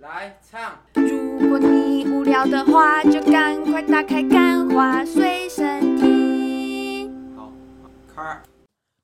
来唱，如果你无聊的话，就赶快打开《干花随身听》。好，开。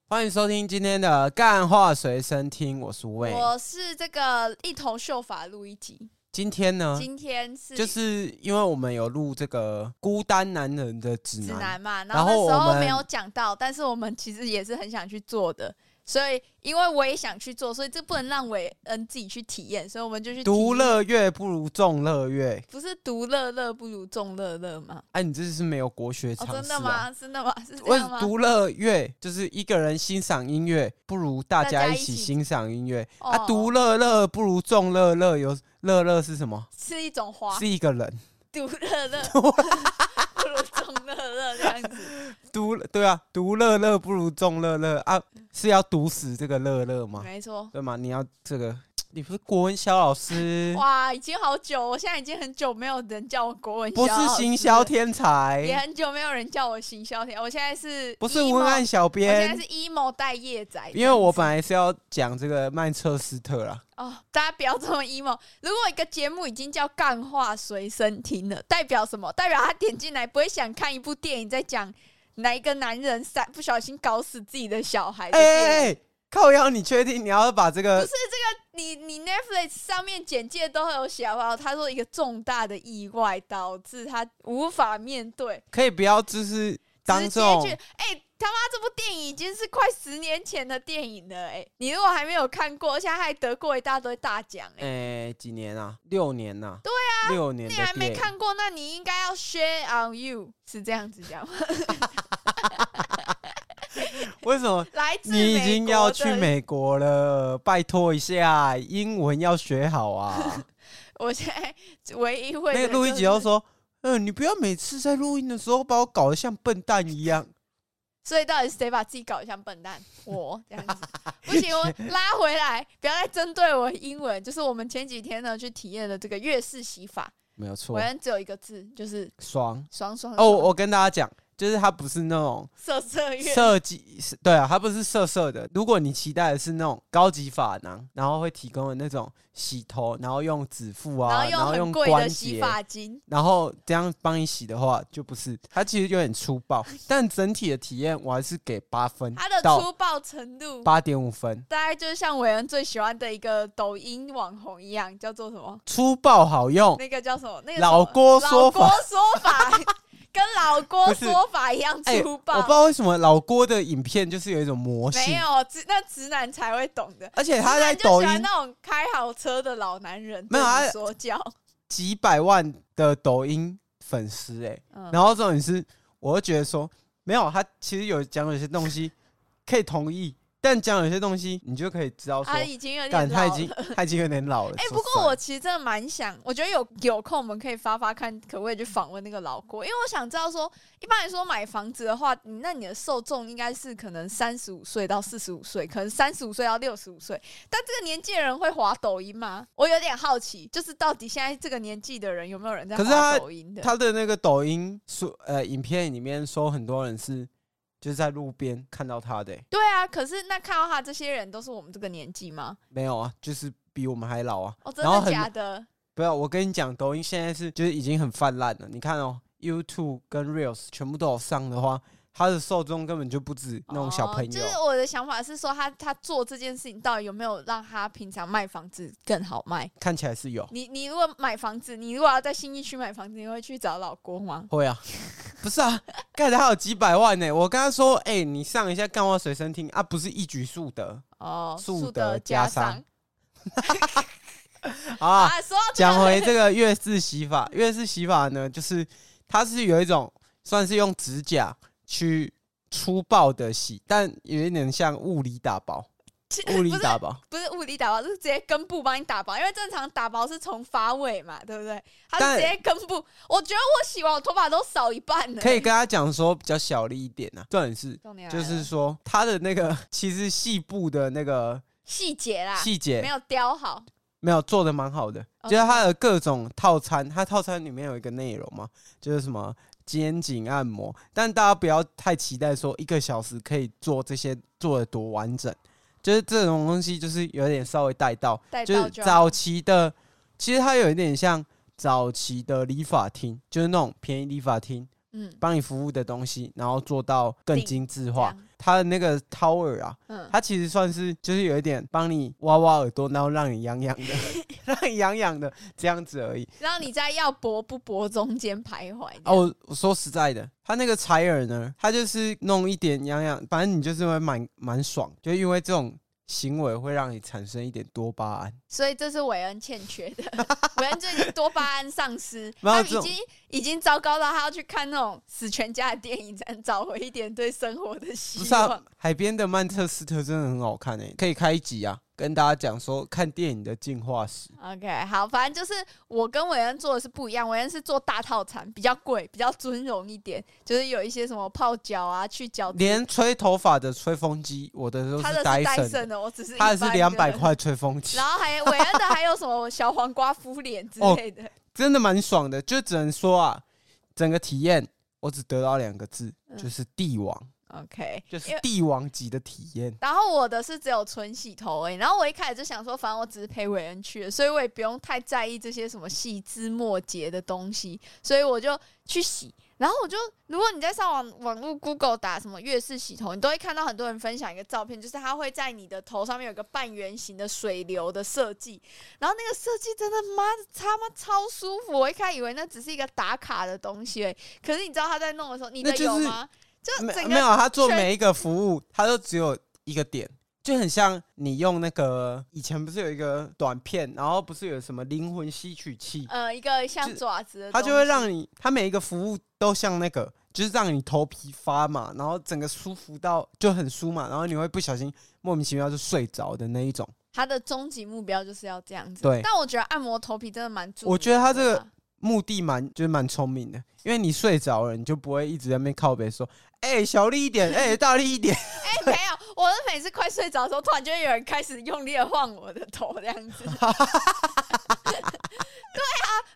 欢迎收听今天的干话随身听，我是魏。我是这个一头秀发录一集，今天呢，今天是嗯就是因为我们有录这个孤单男人的指指南，南嘛，然然后后那时我候们没有讲到，但是我们其实也是很想去做的，所以因为我也想去做，所以这不能让韦恩自己去体验，所以我们就去独体验，乐乐不如众乐乐。不是独乐乐不如众乐乐吗？哎、你这是没有国学哦，常识、啊真的吗？真的吗？是这为样吗？独乐乐就是一个人欣赏音乐，不如大大家家一一起起欣赏音乐、哦啊。独乐乐不如众乐乐，有乐乐是什么？是一种花，是一个人。独乐乐不如众乐乐这样 子，独对啊，独乐乐不如众乐乐啊，是要毒死这个乐乐吗？没错。对吗？你要这个，你不是国文小老师， 哇，已经好久，我现在已经很久没有人叫我国文不小是老行师销了天也才，很久没有人叫我行销天，我现在是哎不是 emo- 文案小我现在编，是 emo 带叶仔这样子，因为我本来是要讲这个曼彻斯特啦，哦，大家不要这么 emo。如果一个节目已经叫“干话随身听”了，代表什么？代表他点进来不会想看一部电影在讲哪一个男人三不小心搞死自己的小孩的哎电影。哎、哎靠腰，你确定你要把这不个是？这个，你你 Netflix 上面简介都有写好不好？他说一个重大的意外导致他无法面对，可以不要就是当直这接种去，哎、他妈这部电影已经是快十年前的电影了、哎，你如果还没有看过，而且他还得过一大堆大奖、哎、哎、几年啊？六年呐、对啊，六年的你还没电影看过，那你应该要 share on you，是这样子讲吗？ 为什么？来自你已经要去美国的，美国了，拜托一下，英文要学好啊！我现在唯一会的那个录音就，姐就是说：“嗯，你不要每次在录音的时候把我搞得像笨蛋一样。所以到底是谁把自己搞得像笨蛋？我 这样子不行，我拉回来，不要再针对我英文。就是我们前几天呢去体验了这个粤式洗法，”没有错我，像只有一个字，就是 爽爽爽哦！爽我跟大家讲，就是它不是那种色色乐设计，是对啊，它不是色色的。如果你期待的是那种高级发囊，然后会提供的那种洗头，然后用指腹然啊，后然后很用贵的关洗节，发精，然后这样帮你洗的话，就不是它其实有点粗 暴，但整体的体验我还是给八分，它的嗯到粗暴程度八点五分，大概就是像韦恩最喜欢的一个抖音网红一样，叫做什么？粗暴好用，那个叫什么？那个老什么郭说老法郭说法跟老不郭是说法一样哎 粗我暴不知，道为什么老郭的影片就是有一种魔没性，有直那直男才会懂的。而且哎他在直男就抖喜音欢那种开好车的老男人，没有啊对他你说教，几百万的抖音粉丝哎、嗯然后重点是，我会觉得说没有啊他其实有讲有些东西可以同意，但讲有些东西你就可以知道说他，已经有但点他已老经了。 他已经有点老了。哎、说不实过在我其实真的蛮想，我觉得有有空我们可以发发看，可不可以去访问那个老郭？因为我想知道说，一般来说买房子的话，你那你的受众应该是可能三十五岁到四十五岁，可能三十五岁到六十五岁。但这个年纪的人会滑抖音吗？我有点好奇，就是到底现在这个年纪的人有没有人在可是他滑抖音的？他的那个抖音说呃影片里面说很多人是就是在路边看到他的、欸对啊，可是那看到他这些人都是我们这个年纪吗？没有啊，就是比我们还老啊。哦，真然后的很假的？不要，我跟你讲，抖音现在是就是已经很泛滥了。你看哦，YouTube 跟 Reels 全部都有上的话，它的受众根本就不止那种小朋哦友。就是我的想法是说他，他做这件事情到底有没有让他平常卖房子更好卖？看起来是有，你你如果买房子，你如果要在新一区买房子，你会去找老郭吗？会啊， 不是啊，盖的还有几百万呢、我跟他说，哎、你上一下干话随身听啊，不是一举数得哦，树树德德加加商商啊。啊，说到这讲个回这个月式洗发，月式洗发呢，就是它是有一种算是用指甲去粗暴的洗，但有一点像物理打薄，其物理不是打薄。不是物理打包，是直接根部帮你打包，因为正常打包是从发尾嘛，对不对？他但是直接根部，我觉得我洗完我头发都少一半 了。可以跟他讲说比较小力一点啊。重点是，重点来就了是说他的那个 其实细部的那个细节啦，细节没有雕好。没有做的蛮好的，哦就是他的各种套餐，他套餐里面有一个内容嘛，就是什么肩颈按摩，但大家不要太期待说一个小时可以做这些做的多完整，就是这种东西就是有点稍微带到，带到就是就好早期的其实它有一点像早期的理发厅，就是那种便宜理发厅嗯帮你服务的东西，然后做到更精致定化这样。它的那个 tower 啊，嗯，它其实算是就是有一点帮你挖挖耳朵，然后让你痒 痒的，让你痒痒的这样子而已。让你在要薄不薄中间徘徊。啊，我我说实在的，它那个采耳呢，它就是弄一点痒痒，反正你就是会蛮蛮爽，就因为这种行为会让你产生一点多巴胺。所以这是韦恩欠缺的。韦恩最近多巴胺丧失， 没有他这已种经已经糟糕到他要去看那种死全家的电影，才能找回一点对生活的不希是啊望。，海边的曼彻斯特真的很好看诶、欸可以开一集啊，跟大家讲说看电影的进化史。 OK，好，反正就是我跟韦恩做的是不一样，韦恩是做大套餐，比较贵，比较尊荣一点，就是有一些什么泡脚啊、去角质，连吹头发的吹风机，我的都他的是戴戴森森的，的，我只是它一的是般两百的，块吹风机然，后还有韦恩的还有什么小黄瓜敷脸之哦类的，真的蛮爽的。就只能说啊，整个体验我只得到两个字，嗯就是帝王， OK，就因是为帝王级的体验。然后我的是只有纯洗头而已。然后我一开始就想说，反正我只是陪韦恩去的，所以我也不用太在意这些什么细枝末节的东西，所以我就去洗。然后我就，如果你在上网网络 Google 打什么月式洗头，你都会看到很多人分享一个照片，就是它会在你的头上面有一个半圆形的水流的设计，然后那个设计真的妈的他妈超舒服，我一开始以为那只是一个打卡的东西而已，可是你知道他在弄的时候，你的那就是有吗？就没整没个有，啊他做全每一个服务，他都只有一个点，就很像你用那个以前不是有一个短片，然后不是有什么灵魂吸取器，呃一个像就爪子的它东西，就会让你，它每一个服务都像那个，就是让你头皮发麻，然后整个舒服到就很舒嘛，然后你会不小心莫名其妙就睡着的那一种。他的终极目标就是要这样子。对但我觉得按摩头皮真的蛮助眠的。我觉得他这个对吧目的蛮就是蛮聪明的，因为你睡着了，你就不会一直在那边靠北说，哎、小力一点，哎、大力一 点。哎、没有，我是每次快睡着的时候，突然就会有人开始用力的晃我的头这样子。 对啊，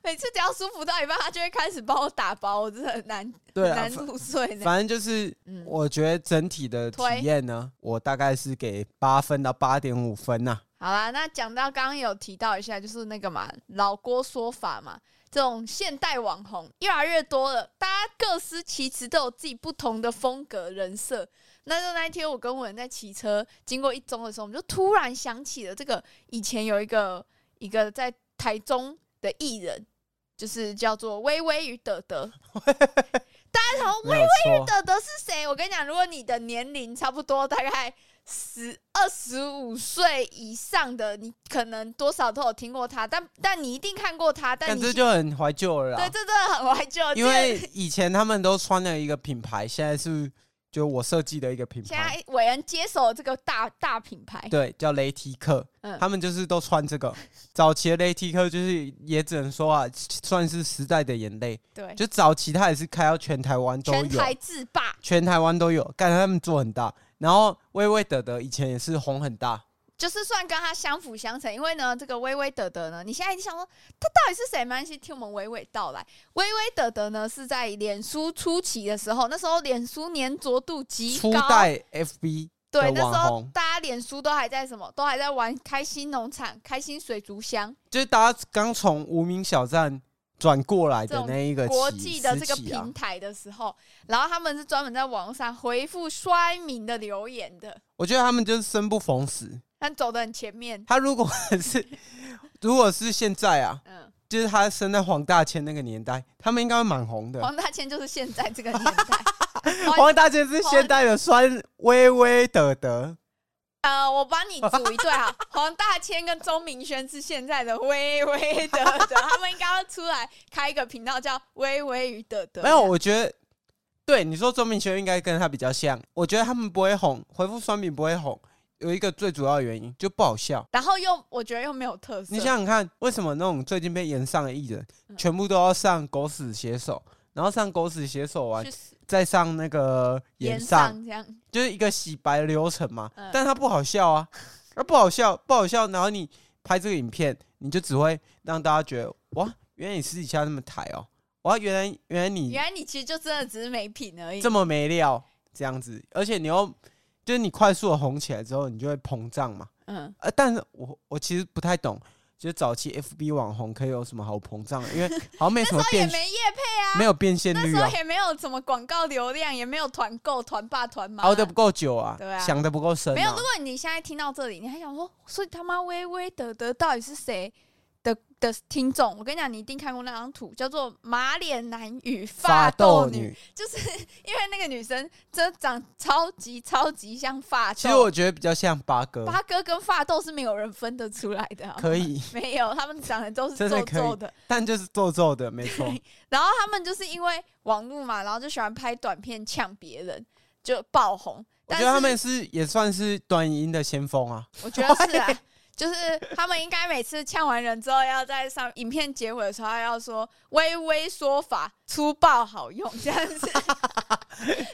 每次只要舒服到一半，他就会开始帮我打包，我真的很难对很啊，难入睡呢。反正就是嗯，我觉得整体的体推验呢，我大概是给八分到八点五分呐、好啦，那讲到刚刚有提到一下，就是那个嘛，老郭说法嘛，这种现代网红越来越多了，大家各司其职，都有自己不同的风格人设。那就那一天，我跟文在骑车经过一中的时候，我们就突然想起了这个以前有一个一个在台中的艺人，就是叫做微微与德德。大家想说没有错，德德是谁？我跟你讲，如果你的年龄差不多大概十二十五岁以上的，你可能多少都有听过他，但但你一定看过他，但但你这就很怀旧了对啦这。真的很怀旧，因为以前他们都穿了一个品牌，现在是就我设计的一个品现牌，在伟恩接手了这个大大品牌，对，叫雷提克。嗯他们就是都穿这个。早期的雷提克就是也只能说啊，算是时代的眼泪。对，就早期他也是开到全台湾都有，全台制霸，全台湾都有，干他们做很大。然后薇薇德德以前也是红很大，就是算跟他相辅相成，因为呢，这个微微德德呢，你现在一定想说他到底是谁？没关系，听我们娓娓道来。微微德德呢是在脸书初期的时候，那时候脸书粘着度极初高，代 FB 对，的那时网候红大家脸书都还在什么，都还在玩开心农场、开心水族箱就是大家刚从无名小站转过来的那一个期国际的这个时期啊平台的时候，然后他们是专门在网络上回复衰民的留言的，我觉得他们就是生不逢时。但走得很前面。他如果是 如果是现在啊，嗯，就是他生在黄大千那个年代，他们应该会蛮红的。黄大千就是现在这个年代。 黄大千是现代的酸微微的德，呃，我帮你组一对哈， 黄大千跟钟明轩是现在的微微的的，他们应该要出来开一个频道叫微微与的的。没有，我觉得对你说周明轩应该跟他比较像。我觉得他们不会红，回复酸饼不会红，有一个最主要的原因就不好笑。然后又我觉得又没有特色。你想想看，为什么那种最近被延上的艺人，全部都要上狗屎写手，然后上狗屎写手完去再上那个延演上，上这样，就是一个洗白的流程嘛？嗯但它不好笑啊，它不好笑，不好笑。然后你拍这个影片，你就只会让大家觉得哇，原来你私底下那么抬哦，哇，原来原来你原来你其实就真的只是没品而已。这么没料，这样子，而且你又就是你快速的红起来之后，你就会膨胀嘛。嗯，呃，但是我我其实不太懂就是早期 FB 网红可以有什么好膨胀的？因为好像没什么也变，没业配，啊没有变现那率时候啊，也没有什么广告流量，也没有团购、团爸、团妈。熬得不够久啊对，啊想得不够深没有，啊如。果你现在听到这里，你还想说，所以他妈微微的得到底是谁的的听众？我跟你讲，你一定看过那张图，叫做“马脸男与发发豆豆女，就是因为那个女生真的长超级超级像发其实我豆。觉得比较像八哥，八哥跟发豆是没有人分得出来的、啊，可以，没有，他们长得都是真的皱可以皱的。 但就是皱皱的，没错。然后他们就是因为网络嘛，然后就喜欢拍短片呛别人，就爆红。我但觉是得他们是也算是短影音的先锋啊，我觉得是 啊，就是他们应该每次呛完人之后，要在上影片结尾的时候还要说“微微说法粗暴好用”这样 子，对不对？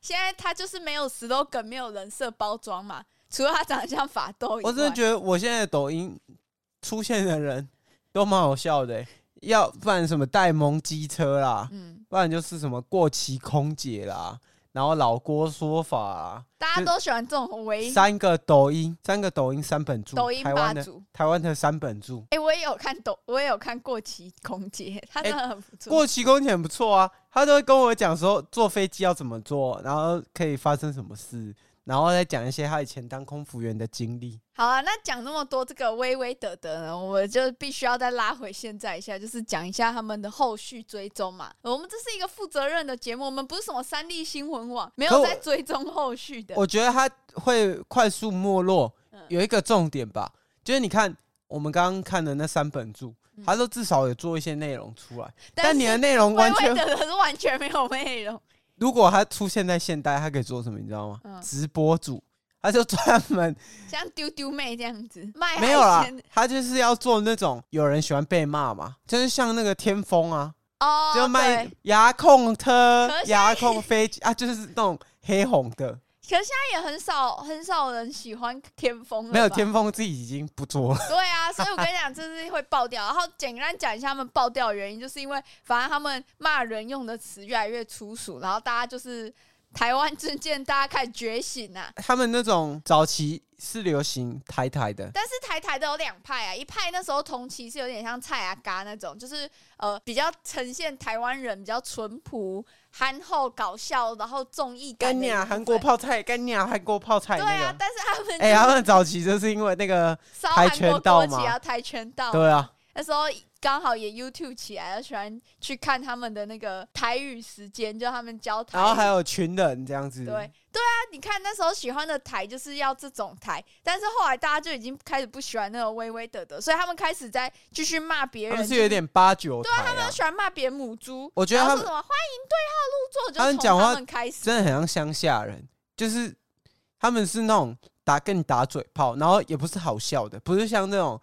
现在他就是没有 slogan，没有人设包装嘛，除了他长得像法斗以外，我真的觉得我现在的抖音出现的人都蛮好笑的欸、要不然什么戴蒙机车啦，嗯，不然就是什么过期空姐啦，然后老郭说法啦，大家都喜欢这种唯三个抖音，三个抖音三本柱，抖音台霸湾的主。台湾的三本柱，哎、我也有看抖，我也有看过期空姐，她真的很不错。过期空姐很不错啊，他都会跟我讲说坐飞机要怎么坐，然后可以发生什么事，然后再讲一些他以前当空服员的经历。好啊，那讲那么多这个微微德德呢，我们就必须要再拉回现在一下，就是讲一下他们的后续追踪嘛。我们这是一个负责任的节目，我们不是什么三立新闻网，没可有我在追踪后续的。我觉得他会快速没落嗯，有一个重点吧，就是你看我们刚刚看的那三本柱，嗯他都至少有做一些内容出来，但你的内容微完微全，德德是完 全没有内容，如果他出现在现代，他可以做什么，你知道吗？嗯直播主。他就专门像丢丢妹这样子卖没有啦海鲜，他就是要做那种有人喜欢被骂嘛，就是像那个天风啊，哦，就卖对遥控车可、是遥控飞机啊，就是那种黑红的。可是现在也很少很少人喜欢天风了，没有。天风自己已经不做了。 对啊，所以我跟你讲，这是会爆掉。然后简单讲一下他们爆掉的原因，就是因为反正他们骂人用的词越来越粗俗，然后大家就是台湾政见，大家开始觉醒啊。 他们那种早期是流行台台的，但是台台都有两派啊，一派那时候同期是有点像蔡阿嘎那种，就是呃比较呈现台湾人比较淳朴、憨厚、搞笑，然后综艺感干的一部娘分。啊韩国泡菜，干娘韩国泡菜对那啊，个。但是他们哎，他就是们早期就是因为那个，烧跆韩国拳道国旗嘛啊，跆拳道啊对啊，那时候刚好也 YouTube 起来了，喜欢去看他们的那个台语时间，就他们教台语。然后还有嗯群人这样子，对对啊，你看那时候喜欢的台就是要这种台，但是后来大家就已经开始不喜欢那种微微的的，所以他们开始在继续骂别他人，们是有点八九台他啊们，喜欢骂别人母猪。我觉得然后他说们什么欢迎对号他入们座，就讲从话他们开始。真的很像乡下人，就是他们是那种打跟你打嘴炮，然后也不是好笑的，不是像那种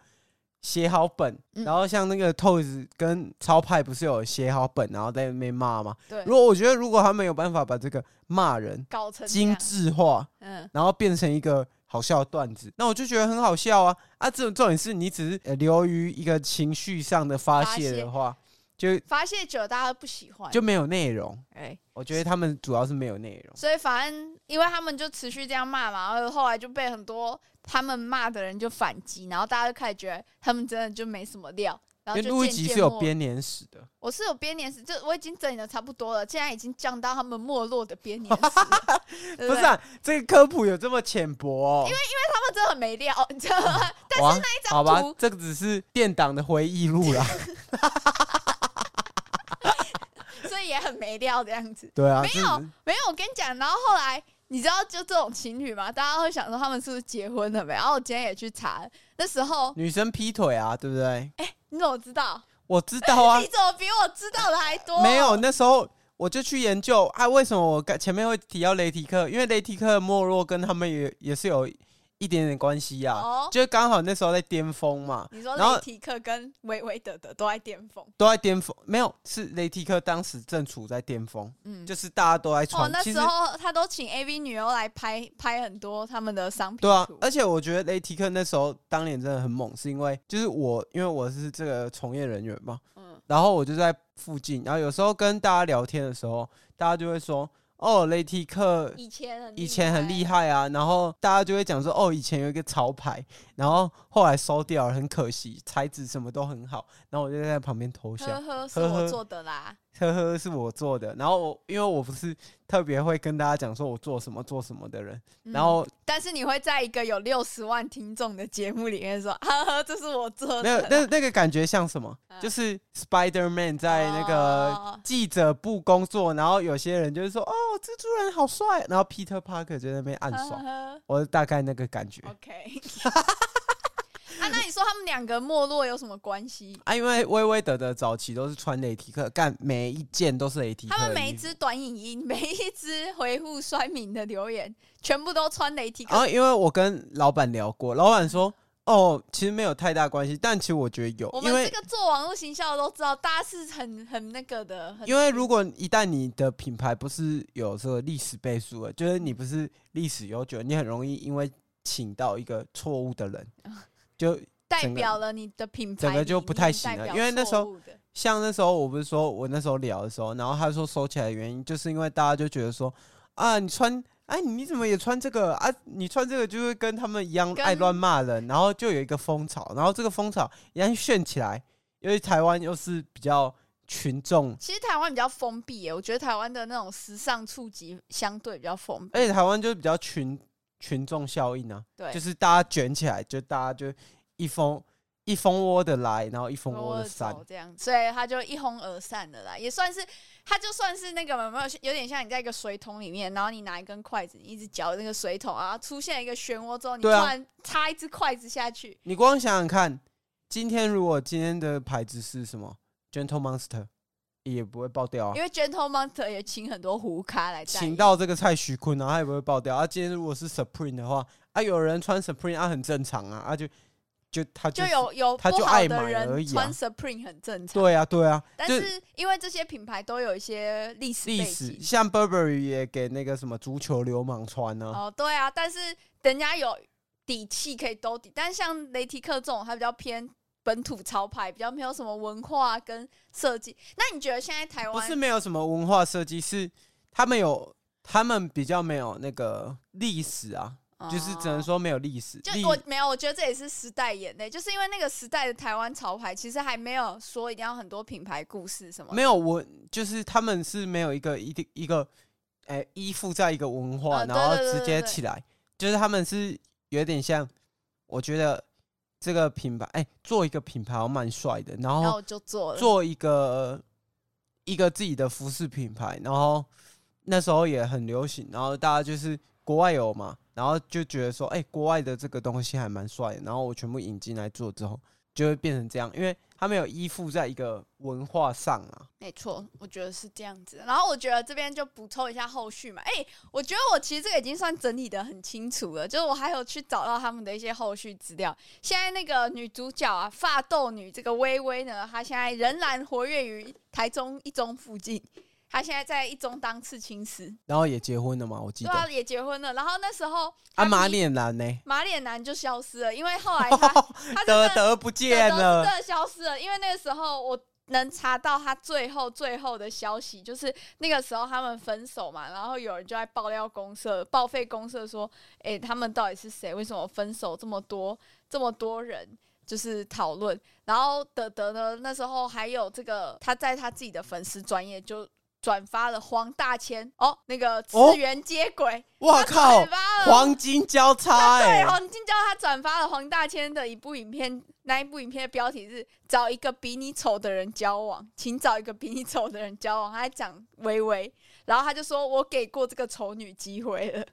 写好本，嗯然后像那个 Toys 跟超派不是有写好本，然后在那边骂吗？对如，果我觉得如果他们有办法把这个骂人搞成这精样。致化，嗯，然后变成一个好笑的段子，那我就觉得很好笑啊啊！这种重点是你只是呃流于一个情绪上的发泄的话，就发泄久了大家都不喜欢。就没有内容。哎、我觉得他们主要是没有内容。所以反正因为他们就持续这样骂嘛，然后后来就被很多他们骂的人就反击，然后大家就开始觉得他们真的就没什么料，然后因为就录一渐集渐是有没编年史的，我是有编年史，就我已经整理的差不多了，现在已经降到他们没落的编年史了，对不 对是、啊、这个科普有这么浅薄、哦？因为他们真的很没料，哦你知道吗？但是那一张好吧图，这个只是电档的回忆录 啦。所以也很没料这样 子。对啊，没这有只，没有，我跟你讲，然后后来你知道，就这种情侣嘛，大家会想说他们是不是结婚了没？然后我今天也去查，那时候女生劈腿啊，对不对？你怎么知道？我知道啊哎你，怎么比我知道的还多？没有，那时候我就去研究啊，为什么我刚前面会提到雷迪克？因为雷迪克的没落跟他们也也是有一点点关系啊，哦，嗯就刚好那时候在巅峰嘛，你说然后雷提克跟维维德德都在巅峰，都在巅峰，没有是雷迪克当时正处在巅峰，嗯，就是大家都在哦传，，那其时实候他都请 AV 女优来拍拍很多他们的商品对啊图，而且我觉得雷迪克那时候当年真的很猛，是因为就是我因为我是这个从业人员嘛，嗯，然后我就在附近，然后有时候跟大家聊天的时候，大家就会说：“哦，雷提克以前很以前很厉害，害啊，然后大家就会讲说，哦，以前有一个潮牌，然后后来收掉了，很可惜，材质什么都很好，然后我就在旁边偷笑呵，呵，是我做的啦。呵呵，是我做的。然后我因为我不是特别会跟大家讲说我做什么做什么的人，嗯然后但是你会在一个有六十万听众的节目里面说，呵呵，这是我做那的个那那个感觉像什么？嗯就是 Spider Man 在那个哦记者部工作，然后有些人就是说，哦，蜘蛛人好帅，然后 Peter Parker 就在那边暗爽。呵 我大概那个感觉呵，OK。啊，那你说他们两个没落有什么关系？啊，因为薇薇德的早期都是穿雷提克，干每一件都是雷提克他的衣服。们每一支短影音，每一支回复衰民的留言，全部都穿雷提克然。后因为我跟老板聊过，老板说，哦，其实没有太大关系，但其实我觉得有我，们因为这个做网络行销的都知道，大家是很很那个的，很因为如果一旦你的品牌不是有这个历史背书的，就是你不是历史悠久，你很容易因为请到一个错误的人，啊就代整个表了你的品牌理念，整个就不太行了代表因为那时候错误的像那时候我不是说我那时候聊的时候，然后他说收起来的原因，就是因为大家就觉得说啊，你穿。哎，你怎么也穿这个啊？你穿这个就会跟他们一样跟爱乱骂人，然后就有一个风潮，然后这个风潮一旦炫起来，因为台湾又是比较群众其实台湾比较封闭耶，我觉得台湾的那种时尚触及相对比较封闭，而且台湾就是比较群群众效应啊，对，就是大家卷起来，就大家就一蜂一蜂窝的来，然后一蜂窝我的散。这样，所以他就一哄而散了啦，也算是他就算是那个有没有有点像你在一个水桶里面，然后你拿一根筷子，你一直搅那个水桶啊，出现一个漩涡之后，你突对啊然插一只筷子下去，你光想想看，今天如果今天的牌子是什么 Gentle Monster，也不会爆掉啊因。为 Gentle Monster 也请很多胡咖来代言，请到这个蔡徐坤，然后他也不会爆掉。啊，今天如果是 Supreme 的话，啊，有人穿 Supreme 啊，很正常啊，啊就就他就是有有他不就好爱的买而人已啊穿 Supreme 很正常，对啊对啊，但就是因为这些品牌都有一些历史历背史景，像 Burberry 也给那个什么足球流氓穿呢、哦，对啊，但是人家有底气可以兜底，但像雷提克这种，它比较偏本土潮牌，比较没有什么文化跟设计。那你觉得现在台不是湾没有什么文化设计，是他们有，他们比较没有那个历史啊，就是只能哦说没有历史。就历我没有，我觉得这也是时代眼泪，就是因为那个时代的台湾潮牌，其实还没有说一定要很多品牌故事什么的，没有我，就是他们是没有一个一定一个，哎、依附在一个文化，呃对然后对对直对接对起来，就是他们是有点像，我觉得这个品牌，哎、做一个品牌还蛮帅的，然然后后我就做了。做一个一个自己的服饰品牌，然后那时候也很流行，然后大家就是国外有嘛，然后就觉得说，哎、国外的这个东西还蛮帅的，然后我全部引进来做之后，就会变成这样，因为他们有依附在一个文化上啊，没错，我觉得是这样子。然后我觉得这边就补充一下后续嘛。哎、我觉得我其实这个已经算整理的很清楚了，就是我还有去找到他们的一些后续资料。现在那个女主角啊，发豆女这个微微呢，她现在仍然活跃于台中一中附近，她现在在一中当刺青师，然后也结婚了嘛，我记对得。啊，也结婚了。然后那时候啊，她马迷脸男呢？马脸男就消失了，因为后 来他他真得的得不见德了，真的消失了，因为那个时候我能查到他最后最后的消息，就是那个时候他们分手嘛，然后有人就在爆料公社、报废公社说，诶，他们到底是谁？为什么分手这么多这么多人？就是讨论，然后德德呢，那时候还有这个，他在他自己的粉丝专业就转发了黄大千哦，那个次哦元接轨，我他靠转，发了黄金交叉 对，哎、黄金教他转发了黄大千的一部影片，那一部影片的标题是“找一个比你丑的人交往，请找一个比你丑的人交往”，他还讲微微，然后他就说：“我给过这个丑女机会了。”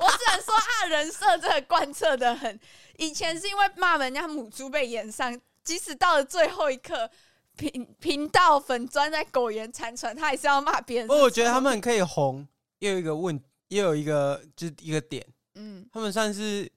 我只能说啊，人设真的贯彻的很。以前是因为骂人家母猪被延上，即使到了最后一刻，频频道粉砖在苟延残喘，他还是要骂别人不是过丑女。我觉得他们可以红，又有一个问，又有一个就是一个点，嗯，他们算是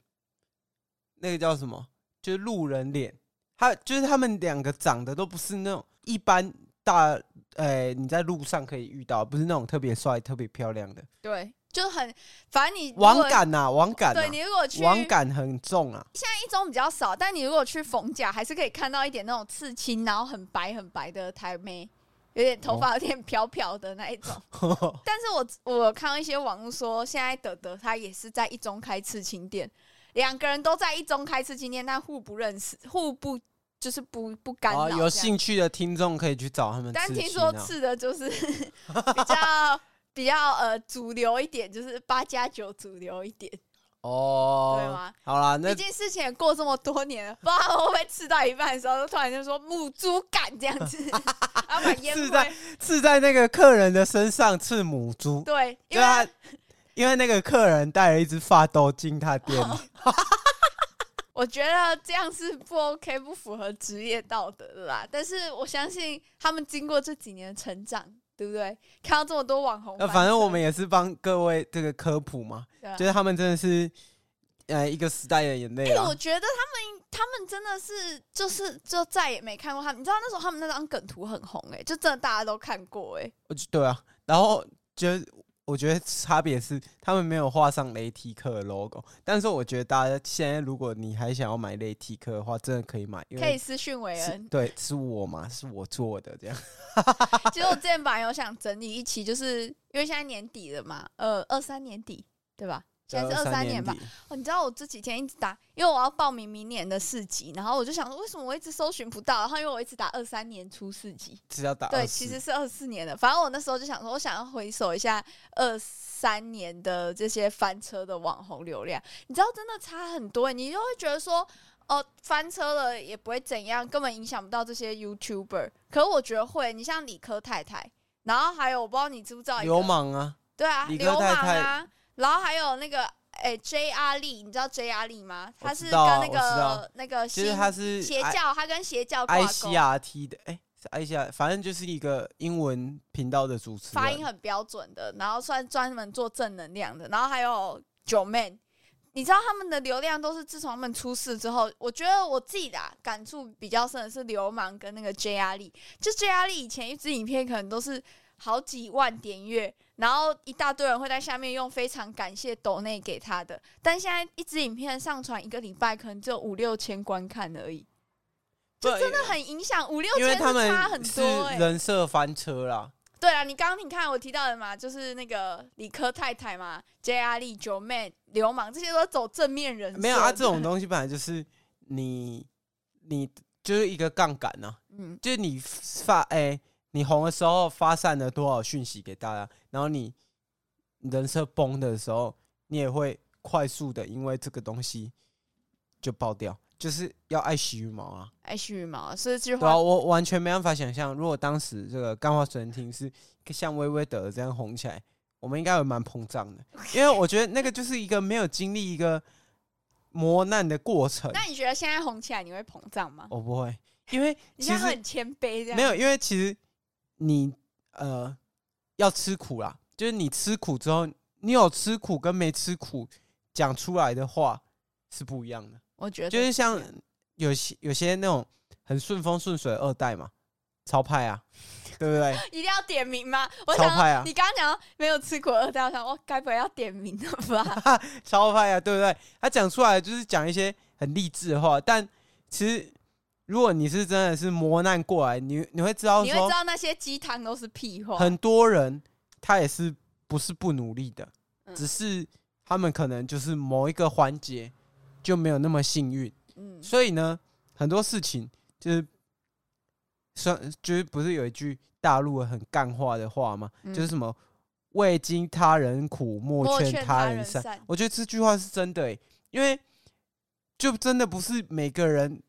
那个叫什么，就是路人脸。他就是他们两个长得都不是那种一般大，呃、你在路上可以遇到，不是那种特别帅、特别漂亮的。对，就很，反正你如网果感呐、网感、对啊，你如果去网感很重 啊。一中比较少，但你如果去逢甲，还是可以看到一点那种刺青，然后很白很白的台妹。有点哦头发有点 飘飘的那一种。啊但是我我看到一些网络说，现在德德他也是在一中开刺青店，两个人都在一中开刺青店，但互不认识，互不就是不不干扰好，这样。哦有兴趣的听众可以去找他们但刺青啊。听说刺的就是 比较比较呃主流一点，就是八加九主流一点，对哦，吗？好啦，毕那竟事情也过这么多年了，不知道会不会吃到一半的时候，突然就说母猪感这样子， 然后把烟刺灰在刺在那个客人的身上，刺母猪，对，因对为啊，因为那个客人带了一只发豆进 他店里，我觉得这样是不 OK，不符合职业道德的啦。但是我相信他们经过这几年的成长，对不对？看到这么多网红那呃翻车，反正我们也是帮各位这个科普嘛，对啊就是他们真的是，呃，一个时代的眼泪哎、啦我。觉得他们他们真的是就是就再也没看过他们，你知道那时候他们那张梗图很红哎、就真的大家都看过哎、我就对啊，然后觉得我觉得差别是他们没有画上雷提克的 logo，但是我觉得大家现在如果你还想要买雷提克的话，真的可以买，因可以为私讯韦是恩。对是我嘛，是我做的这样。 其实我之前本来有想整理一期，就是因为现在年底了嘛，呃，二三年底对吧？现在是二23三年吧底，哦你知道我这几天一直打，因为我要报名明年的市集，然后我就想说为什么我一直搜寻不到，然后因为我一直打二三年初市集，只要打对， 24其实是二四年的。反正我那时候就想说，我想要回首一下二三年的这些翻车的网红流量，你知道真的差很多欸、你就会觉得说，哦，翻车了也不会怎样，根本影响不到这些 YouTuber。可我觉得会，你像理科太太，然后还有我不知道你知不知道一个流氓啊，对啊，理科流太氓太啊，然后还有那个。哎、j r 利，你知道 J r 利吗？我他知是跟道啊那我知道个那个其实新他是哎邪 I- 教，他跟邪教挂 ICRT 钩，的，哎、是 ICR，反正就是一个英文频道的主持人，发音很标准的，然后算专门做正能量的，然后还有九妹，你知道他们的流量都是自从他们出事之后，我觉得我自己的、啊、感触比较深的是流氓跟那个 J R 力，就 J R 力以前一支影片可能都是好几万点阅，然后一大堆人会在下面用非常感谢抖内给他的，但现在一支影片上传一个礼拜可能只有五六千观看而已，对，真的很影响，五六因千为是他差很们是多、欸，人设翻车啦，对啊，你刚刚你看我提到的嘛，就是那个理科太太嘛，J.R. 丽、九妹、流氓这些都走正面人设没有啊，的这种东西本来就是你你就是一个杠杆呐，嗯，就是你发哎、你红的时候发散了多少讯息给大家，然后你人设崩的时候，你也会快速的因为这个东西就爆掉，就是要爱惜羽毛啊。爱惜羽毛，所以这句对啊，话我完全没办法想象，如果当时这个钢化水人厅是像薇薇德这样红起来，我们应该会蛮膨胀 的，因为我觉得那个就是一个没有经历一个磨难的过 程。那你觉得现在红起来你会膨胀吗？我不会，因为 你其现在实很谦卑这样，没有，因为其实你呃要吃苦啦，就是你吃苦之后，你有吃苦跟没吃苦讲出来的话是不一样的。我觉得就是像这样有些有些那种很顺风顺水的二代嘛，超派啊，对不对？ 一定要点名吗？我超想派啊到你刚刚讲到没有吃苦二代，我想我哦该不会要点名了 吧？超派啊，对不对？他讲出来就是讲一些很励志的话，但其实如果你是真的是磨难过来，你你会知道你会知说，道那些鸡汤都是屁话，很多人他也是不是不努力的，嗯只是他们可能就是某一个环节就没有那么幸运。嗯，所以呢，很多事情就是，算就是不是有一句大陆很干话的话吗？嗯就是什么“未经他人苦，莫莫劝劝他人人善”善。我觉得这句话是真的、欸，因为就真的不是每个人，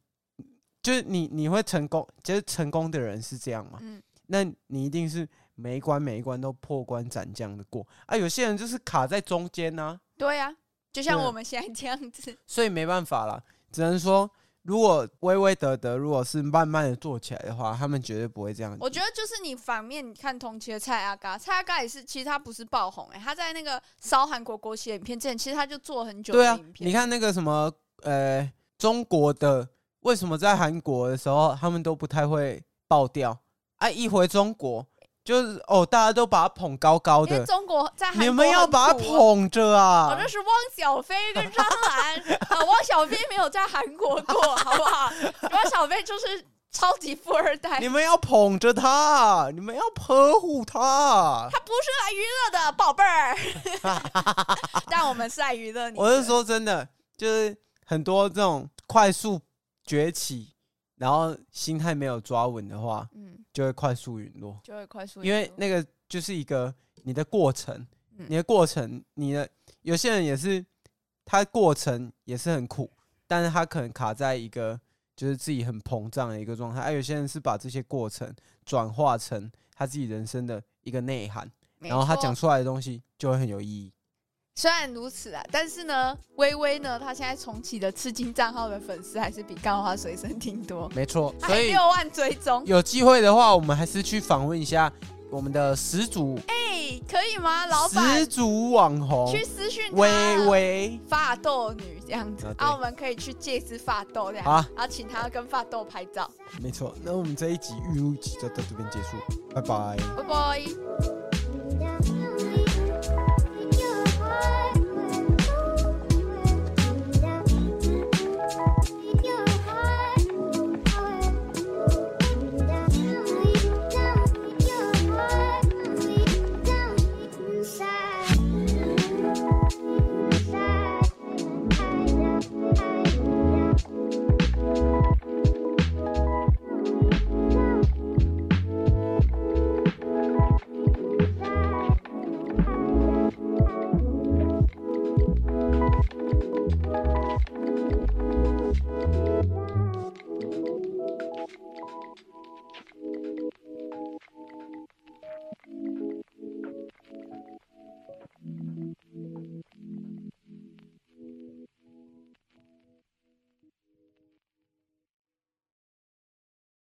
就是你你会成功，就是成功的人是这样嘛？嗯，那你一定是每一关每一关都破关斩将的过啊！有些人就是卡在中间呢、对啊，就像对啊我们现在这样子，所以没办法啦，只能说如果微微得得，如果是慢慢的做起来的话，他们绝对不会这样。我觉得就是你反面，你看同期的蔡阿嘎，蔡阿嘎也是，其实他不是爆红、欸，他在那个烧韩国国旗的影片之前，其实他就做很久对的啊影，片。你看那个什么呃，中国的为什么在韩国的时候他们都不太会爆掉啊？一回中国就是哦，大家都把它捧高高因为的，中国在韩国你们要把它很苦啊。捧着啊哦，！这是汪小菲跟 张兰啊，汪小菲没有在韩国过，好不好？汪小菲就是。超级富二代，你们要捧着他，你们要呵护啊他。他不是来娱乐的，宝 贝儿。 但我们是来娱乐你。我是，说真的，就是很多这种快速崛起，然后心态没有抓稳的话，嗯，就会快速陨落。就会快速因赢为了那个就是一个你的过程，哦嗯你的过程，你的有些人也是，他过程也是很苦，但是他可能卡在一个就是自己很膨胀的一个状态，而、啊有些人是把这些过程转化成他自己人生的一个内涵，没然后他错讲出来的东西就会很有意义。虽然如此啊，但是呢，微微呢，她现在重启的吃惊账号的粉丝还是比干花随身听多，没错，她还所以六万追踪，有机会的话，我们还是去访问一下我们的始祖哎，可以吗？老板始祖网红去私讯她微微。发豆女这样子啊，对啊，我们可以去借支发豆这样，好啊然后请她跟发豆拍照，没错，那我们这一集预录集就到这边结束，拜拜。拜拜。